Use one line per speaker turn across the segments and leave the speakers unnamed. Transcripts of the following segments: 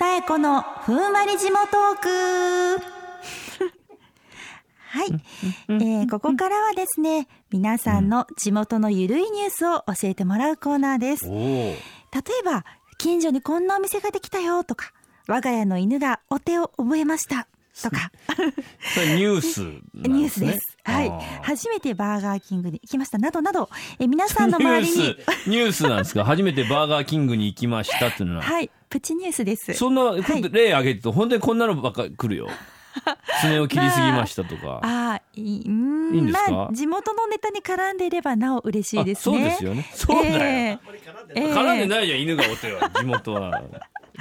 玲子のふんわり地元トーク。 はい、えーここからはですね、皆さんの地元のゆるいニュースを教えてもらうコーナーです。
お
例
お。
えば、近所にこんなお店ができたよとか、我が家の犬がお手を覚えましたとか、
それニュースなん
ニュ
で
ース
す、ね。
です。はい
あー。
初めてバーガーキングに行きましたなどなど、えー皆さんの周りに
ニュ、ースニュースなんですか。初めてバーガーキングに行きましたっていうの は。
はい、プチニュースです。
そんな、
い
例挙げてると、本当にこんなのばっかり来る よ。爪を切りすぎましたとか。
あーいいうー
いいん
ん
ですか
まあ地元のネタに絡んでいればなお嬉しいですね。
あそうですよね。 そうだよ。
ええ
絡んで
え
ないじゃん、犬がお手は。地 元は。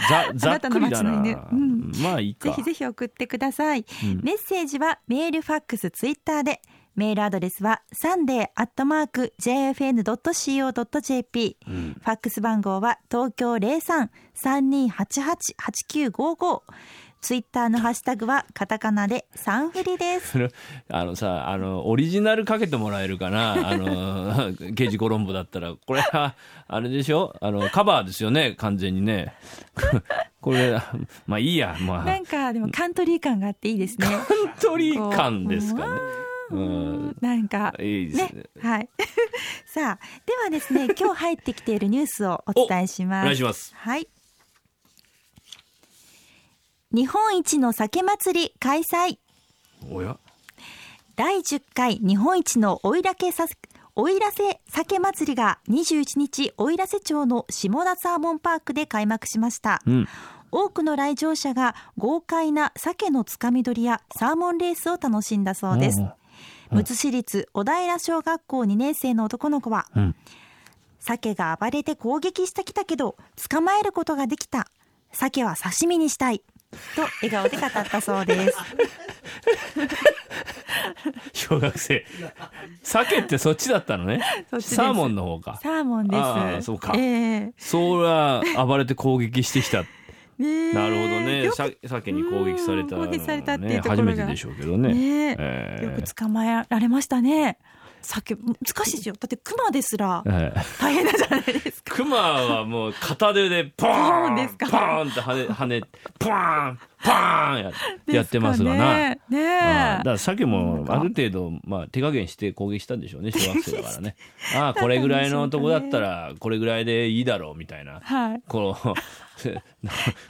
ざ、ざっ
なたの
くりだ
町の
な。
犬うん
まあいい
えぜ
か。
ひぜひ送ってください。
うん
メッセージはメール、ファックス、ツイッターで。メールアドレスはサンデーアットマーク jfn.co.jp。
うん
ファックス番号は東京零三三二八八八九五五。ツイッターのハッシュタグはカタカナでサンフリです。
それあのさあのオリジナルかけてもらえるかな あの刑事コロンボだったらこれはあれでしょあのカバーですよね完全にね これまあいいやま
な
あ
んかでもカントリー感があっていいですね。
トリ感ですかね
う
うんん
なんか
いいですね
はい。 さあ、ではですね、今日入ってきているニュースをお伝えします。
お願いします
はい。日本一の酒祭り開催。
おや
第10回日本一のおいらけさおいらせ酒祭りが21日、おいらせ町の下田サーモンパークで開幕しました。
うん
多くの来場者が豪快な鮭のつかみ取りやサーモンレースを楽しんだそうです
おう。
むつ市立小平小学校2年生の男の子は、
うん
鮭が暴れて攻撃してきたけど捕まえることができた鮭は刺身にしたいと笑顔で語ったそうです
小学生鮭ってそっちだったのね
そっちです
サーモンの方か
サーモンです
ああそうか
ええ
そうは暴れて攻撃してきた
ねえ
なるほどね
よく
さ鮭に攻撃されたの
うん
は
攻撃されたってい
ね
うところ
初
が
めてでしょうけどね
ねえ
ええ
よく捕まえられましたね鮭難しいですよだってクマです ら
ええ
大変なんじゃないですか
クマはもう片手でポ
そ
ー
う
ン
ですか
ポーンって跳ね跳ねポーンポーンややってますがな、
ねえね
ああ
え
だからさっき
なん
も
か
ある程度、まあ、手加減して攻撃したんでしょう ね小学生だからねああこれぐらいのとこだったらこれぐらいでいいだろうみた いな
はい
この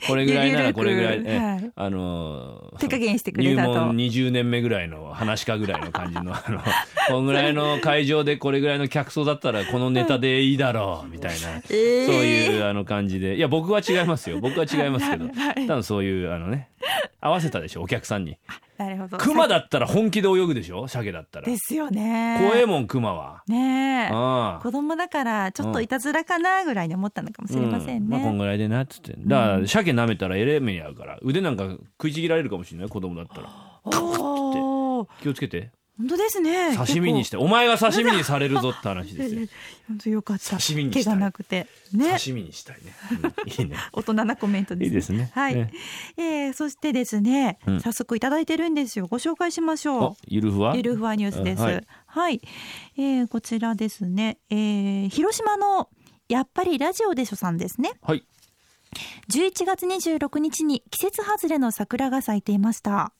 これぐらいならこれぐらい、
ゆるゆ
え
るくはい
あの
手加減してくれたと
入門20年目ぐらいの話かぐらいの感じのあのこんぐらいの会場でこれぐらいの客層だったらこのネタでいいだろうみたいな、
ええ
そういうあの感じでいや僕は違いますよ僕は違いますけ ど
はいはい
多分そういうあのね合わせたでしょお客さんに
なるほど
熊だったら本気で泳ぐでしょ鮭だったら
ですよね
怖えもん熊は。
ねえ
ああ
子供だからちょっといたずらかなぐらいに思ったのかもしれませんね、
うんまあ、こんぐらいでなっつってだから鮭舐めたらえれい目に合うから腕なんか食いちぎられるかもしれない子供だったら
おー
気をつ けて
本当ですね
刺身にしててお前が刺身にされるぞって話ですよ
本当よかった
刺身にした
怪
い
我なくてね
刺身にしたいね、うんい いね
大人なコメントです、ね、
いいですね
はい、
ね
えーそしてですね、
うん
早速いただいてるんですよご紹介しましょう
あゆるふわ
ゆるふわニュースです。
うん
は
はいい、
えーこちらですね、えー広島のやっぱりラジオでしょさんですね。
はい
11月26日に季節外れの桜が咲いていました。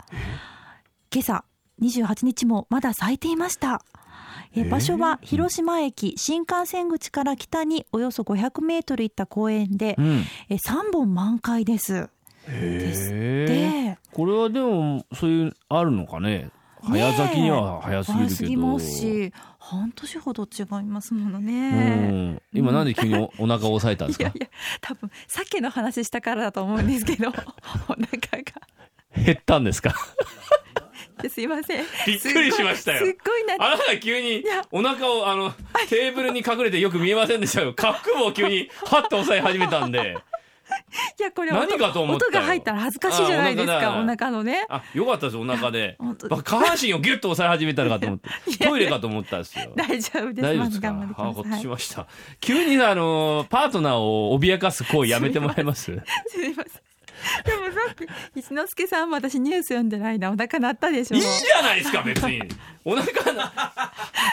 今朝28日もまだ咲いていました。え
えー
場所は広島駅新幹線口から北におよそ500メートル行った公園で、
うん
え3本満開です。です
へえ
で、
これはでもそういうあるのかね早咲きには早すぎ
早
るけど
すぎますし、半年ほど違いますもの
う
ね。
ん、今なんで急に おお腹を押さえたんです
いや
か
いや多分鮭の話したからだと思うんですけど お腹が
減ったんですか
すいません
びっくりしました
すっご
よ
いすっごいな
あなた急に
いや
お腹をあのテーブルに隠れてよく見えませんでしたよ下腹部を急にハッと押さえ始めたんで
いやこれ
何かと思ったよ
音が入ったら恥ずかしいじゃないですか
あ
お
お腹だ
腹のね
あよかったですお腹で
本当
ば下半身をギュッと押さえ始めたのかと思ってトイレかと思ったんですよ
大丈夫です
大丈夫ですか
まず頑張
あ
って
ほ
くだ
っと
さい
しました 急にあのパートナーを脅かす行為やめてもらえます
すいませんでもさ一之輔さんも私ニュース読んでないなお腹鳴ったでしょ
いいじゃないですか別にお腹な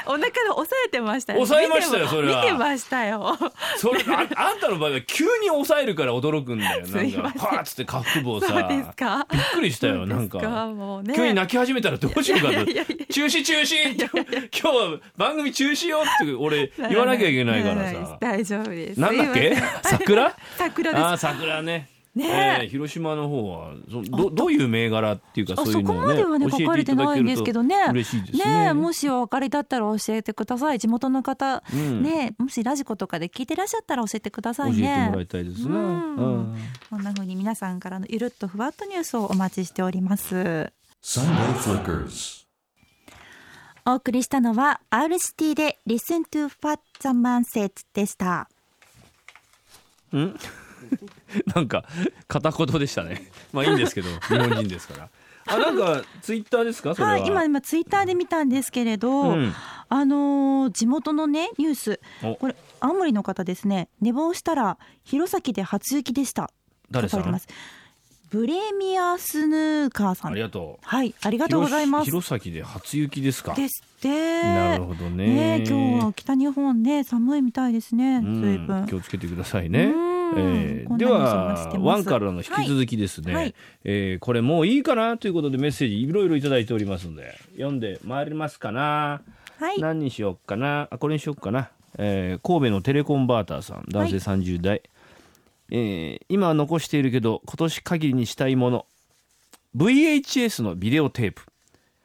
お腹の押さえてましたよ
押さえましたよ
見て
それは
見てましたよ
それああんたの場合は急に抑えるから驚くんだよなん
すいま
か
せん
パーッつって下腹部を
そう
さ
ですか
びっくりしたよな
そうんです
か
もうね
急に泣き始めたらどうしようか
いやい
と
やいやいや
中止中止今日今日は番組中止よって俺言わなきゃいけないから
ならない
さ
大丈夫です
なんだっけ
すいません
桜
桜です
ああ桜ね
ねえ
えー広島の方はそどどういう銘柄っていうか
あ
そうい
そうこ
のを
ま
ね
ではね
教
書
え
かれて
いただ
ないんですけどね
ると嬉しいですね
えもしお分かりだったら教えてください地元の方、
うん
ねえもしラジコとかで聞いてらっしゃったら教えてください
教えてもら
ね
いたいですね、
うん
うん
こんな風に皆さんからのゆるっとふわっとニュースをお待ちしております
Sunday Flickers.
お送りしたのは RCT で Listen to What the Man Said でした
なんか片言でしたね。 まあいいんです けど、日本人ですから。あ、なんかツイッターですかそれは。
はい今今ツイッターで見たんですけれど、
うん
あのー地元のねニュース
お
これ青森の方ですね寝坊したら弘前で初雪でした
誰さん
書かれてますブレミアスヌーカーさ
あり
ん
がとう。
はいあり
あ
がとうございますで
弘前で初雪ですか。
すって
なるほどね。
ね今日は北日本ね寒いみたいですね
うん
随分
気をつけてくださいね
うん。
え
こんなニ
ー、で
ュースを
は
お待ちしてます
ワンからの引き続きですね、
はいはい
えーこれもういいかなということでメッセージいろいろいただいておりますので読んでまいりますかな。
はい
何にしようかなあこれにしようかな、えー神戸のテレコンバーターさん男性30代、えー今は残しているけど今年限りにしたいもの VHS のビデオテープ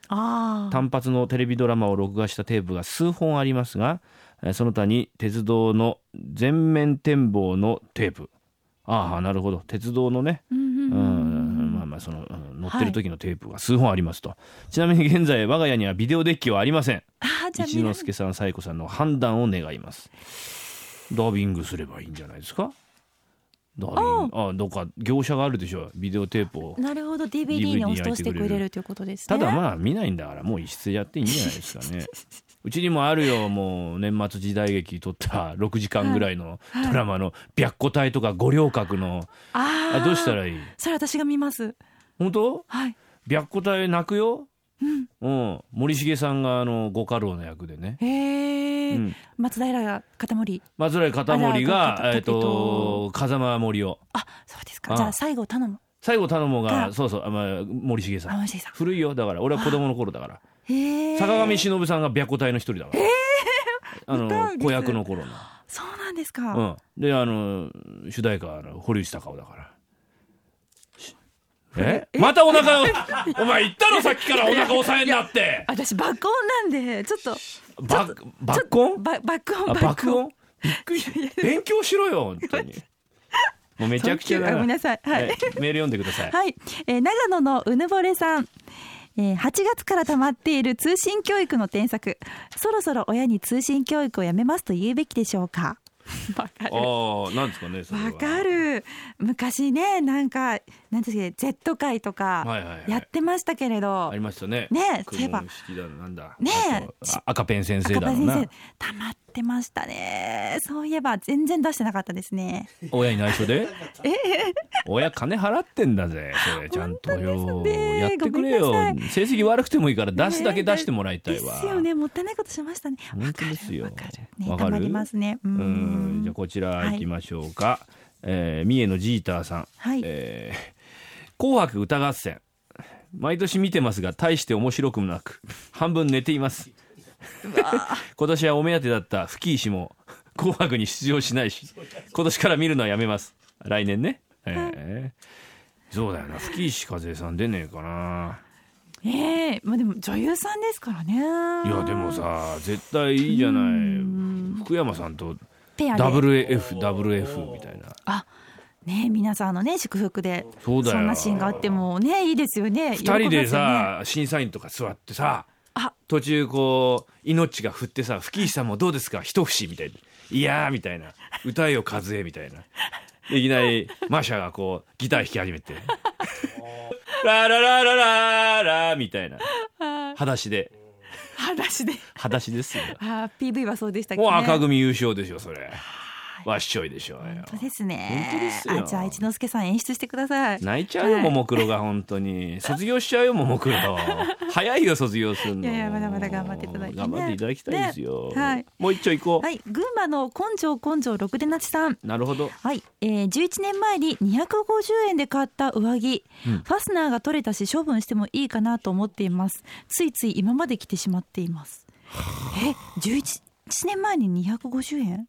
ああ
単発のテレビドラマを録画したテープが数本ありますがえーその他に鉄道の全面展望のテープああなるほど鉄道のね
うんう
うんんまあまあその、うん乗ってる時のテープが数本ありますと、ちなみに現在我が家にはビデオデッキはありません
あーじゃあ
一之輔さん、サイコさんの判断を願います。ダビングすればいいんじゃないですか。ダビングあどっか業者があるでしょう。ビデオテープを
み。んななるほど DVD に押し通してくれるということですね
ただまあ見ないんだからもう一室やっていいんじゃないですか ね。うちにもあるよもう年末時代劇撮った6時間ぐらいの
いはい
ドラマの白虎隊とか五稜郭の
あ
あ
ー
どうしたらいい
それ私が見ます
本当
はい
白虎隊泣くよ、うん、森重さんがあの五家老の役でね
へえ、
うん
松平が片森
松浦片森
あ
が
らあら
えっと風間森を
あそうですか
ああ
じゃあ最後頼む
最後頼もうが
が
そうそうあまあ森重さ
あ
ん
マジさん
古いよだから俺は子供の頃だから
へえ
坂上忍さんが白虎隊の一人だからあ
見たい
の
です
子役の頃
そうなんですか、
のうんであの主題歌はあの堀内孝雄だからしえまたお腹をお前言ったろさっきからお腹押さえんなって
私爆音なんでちょっと
バッバッコン
ば爆音
あ爆音びっくりした勉強しろよ本当にもうめちゃくちゃだ
あごめん
な
なさいはい、
えメール読んでください
はい、えー長野のうぬぼれさん。えー8月から溜まっている通信教育の添削そろそろ親に通信教育をやめますと言うべきでしょうかわかる
ああなんですかねそれは
わかる昔ねなんかなんですけど Z 会と
はいはいは
か
い
やってましたけれど、
ありましたね。
ねそういえば
クモン式だなんだ。
ねえ
あとあ赤ペン先生
赤
だろう
羽
な
先生。溜まってましたねそういえば全然出してなかったですね
親に内 緒で。親金払ってんだぜ。それちゃんとよ
本当。ですね
やってくれ
ご
よ
めん。
成績悪くてもいいから出すだけ
ねえ
出してもらいたいわ。
ですよねもったいないことしましたねわか
本当
る
ですよ
わかるね
わか
溜
る
まりますねう
うんん。じゃあこちら行きましょうか。えー三重のジーターさん。
はい
えー紅白歌合戦。毎年見てますが大して面白くもなく半分寝ています 今年はお目当てだった吹石も「紅白」に出場しないし今年から見るのはやめます来年ね、ええそうだよな吹石和恵さん出ねえかな
ええまあでも女優さんですからね。
いやでもさ絶対いいじゃない福山さんと
ペアで
WFWF みたいな
あ、ねえ皆さんあのね祝福で
そうだよ
んなシーンがあってもねいいですよね。
二人で
喜びますよね
さ審査員とか座ってさ
あ
途中こう命が振ってさ吹石さんもどうですか一節みたいないやーみたいな歌えよ和恵みたいないきなりマシャがこうギター弾き始めて ララララララみたいな裸足で
裸足で。
裸足ですよ
あー、PV はそうでしたけ
も
ど、
う
ね。
赤組優勝ですよそれわっしょいでしょうよ
本当ですね。
本当ですよ
あ、じゃあ一之輔さん演出してください。
泣いちゃうよ、
はい
ももクロが本当に卒業しちゃうよももクロ 早いよ卒業するの
いやいやまだまだ頑張っていただいてね
頑張っていただきたいですよ、
ねはい
もう一丁行こう、
はい、群馬の根性根性六でなちさん。
なるほど
はい、えー、11年前に250円で買った上着、
うん
ファスナーが取れたし処分してもいいかなと思っていますついつい今まで着てしまっていますえ11年前に250円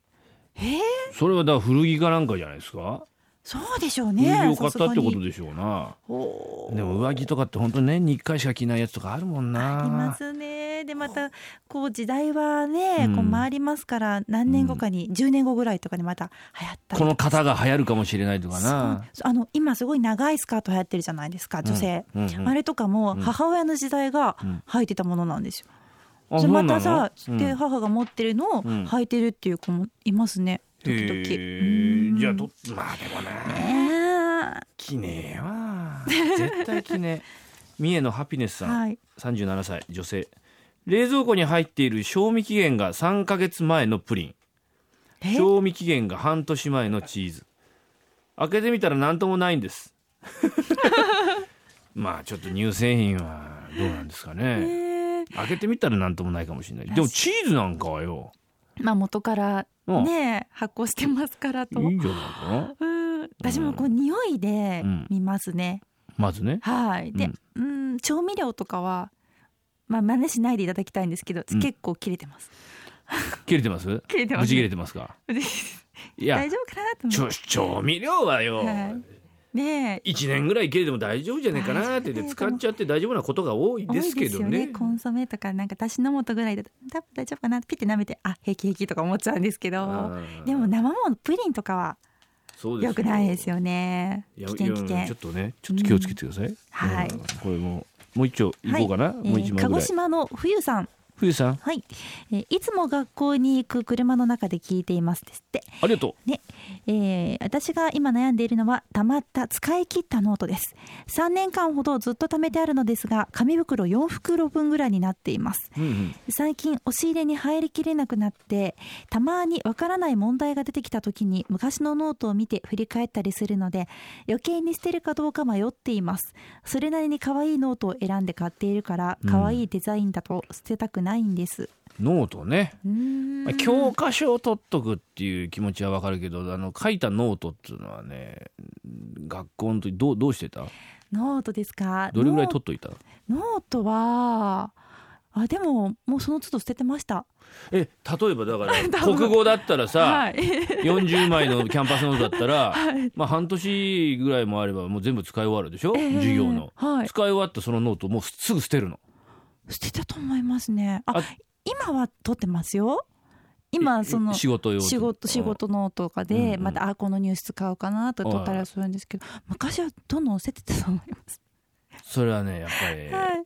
それはだから古着かなんかじゃないですか、
そうでしょうね
古着を買ったってことでしょうなでも上着とかって本当に年に1回しか着ないやつとかあるもん
あ
な
りますねでまたこう時代はね、こう
う
ん回りますから何年後かに、10年後ぐらいとかにまた流行ったり
この型が流行るかもしれないとか
そう
な
あの今すごい長いスカート流行ってるじゃないですか女性、
うんうんうん
あれとかも母親の時代が
ん
履いてたものなんですよ、
あ
それまた
そうなの
さ、で
うん
母が持ってるのを
ん
履いてるっていう子もいますね時々、
へーじゃあとまあでもな
ね
着ねえわ絶対着 ねえ三重のハピネス
え
さん、
はい
37歳女性冷蔵庫に入っている賞味期限が3ヶ月前のプリン
え
賞味期限が半年前のチーズ開けてみたら何ともないんです まあちょっと乳製品はどうなんですか
え
ね
ー
開けてみたら何ともないかもしれないでもチーズなんかはよ
まあ元から
うん
ね発行してますから
い
と
いんじゃないかな
うん私もこう匂いで
うん
見ますね、
まずね
はいで、うん、調味料とかはまあ真似しないでいただきたいんですけど、
うん
結構切れてます
切れてます
切れてます
ぶち切れてますかいや
大丈夫かなと
ち
思っ
ょ調味料はよ、
て、はい、ねえ
1年ぐらい切れても大丈夫じゃねえかなって言って使っちゃって大丈夫なことが多い
多い
ですけど
ですよ
ね
コンソメとかなんかだしの素ぐらいだと多分大丈夫かなってピッて舐めてあ平気平気とか思っちゃうんですけど
うん
でも生ものプリンとかは
そうです
良くないです
よ
よね危
いや
険危
いやちょ
険
っとねちょっと気をつけてください、
はい
うんこれもうもう一丁いこうかな、
え
もう一
ー
枚
鹿
ぐら
児
い
島の冬さん
冬さん
はい、えーいつも学校に行く車の中で聞いていますですって
ありがとう
ね、えー私が今悩んでいるのはたまった使い切ったノートです3年間ほどずっと貯めてあるのですが紙袋4袋分ぐらいになっています
うんうん
最近押し入れに入りきれなくなってたまにわからない問題が出てきた時に昔のノートを見て振り返ったりするので余計に捨てるかどうか迷っていますそれなりに可愛いノートを選んで買っているから
うん
可愛いデザインだと捨てたくないんです、
ノートね、
うーん
まあ教科書を取っとくっていう気持ちはわかるけどあの書いたノートっていうのはね学校の時どうどうしてた
ノートですか
どれぐらい
ノー
取っといた
ノートはあでももうその都度捨ててました
え例えば だから
分
国語だったらさ、
はい
40枚のキャンパスノートだったら、
はい
まあ、半年ぐらいもあればもう全部使い終わるでしょ、
えー
授業の、
はい
使い終わったそのノートもうすぐ捨てるの
捨てたと思いますねあ
あ
今は撮ってますよ今
い
その
仕事用と
仕事仕事のとか
うん
で
うん
またあこのニュース使うかなと撮ったりはするんですけど昔はどんどん捨ててたと思います、
それはねやっぱり
はい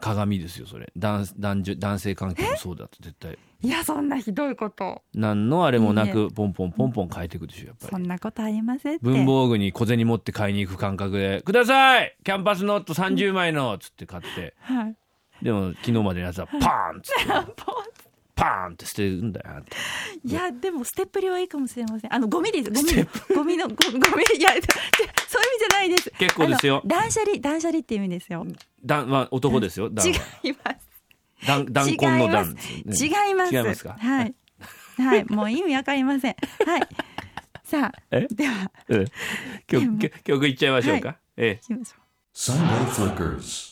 鏡ですよそれ男男女男性関係もそうだと絶対
いやそんなひどいこと
何のあれもなくポンポンポンポン変えていくでしょやっぱ
そ
り
んなことありませんって
文房具に小銭持って買いに行く感覚で「くださいキャンパスノート30枚の!」っつって買って
はい
でも昨日までのやつはパーンっつってパーンって捨てるんだよ
いやでも捨てっぷりはいいかもしれませんあのゴミですゴミゴミのゴゴミいやそういう意味じゃないです
結構ですよ
あの断捨離断捨離っていう意味ですよ
だんまあ男ですよだんは
違います
断断根の断
違います。
違いますか
はい。はい、もう意味わかりません。はい。さあ、
え
では、
うん曲曲曲いっちゃいましょうか、ええ
行きましょう。
Sunday Flickers.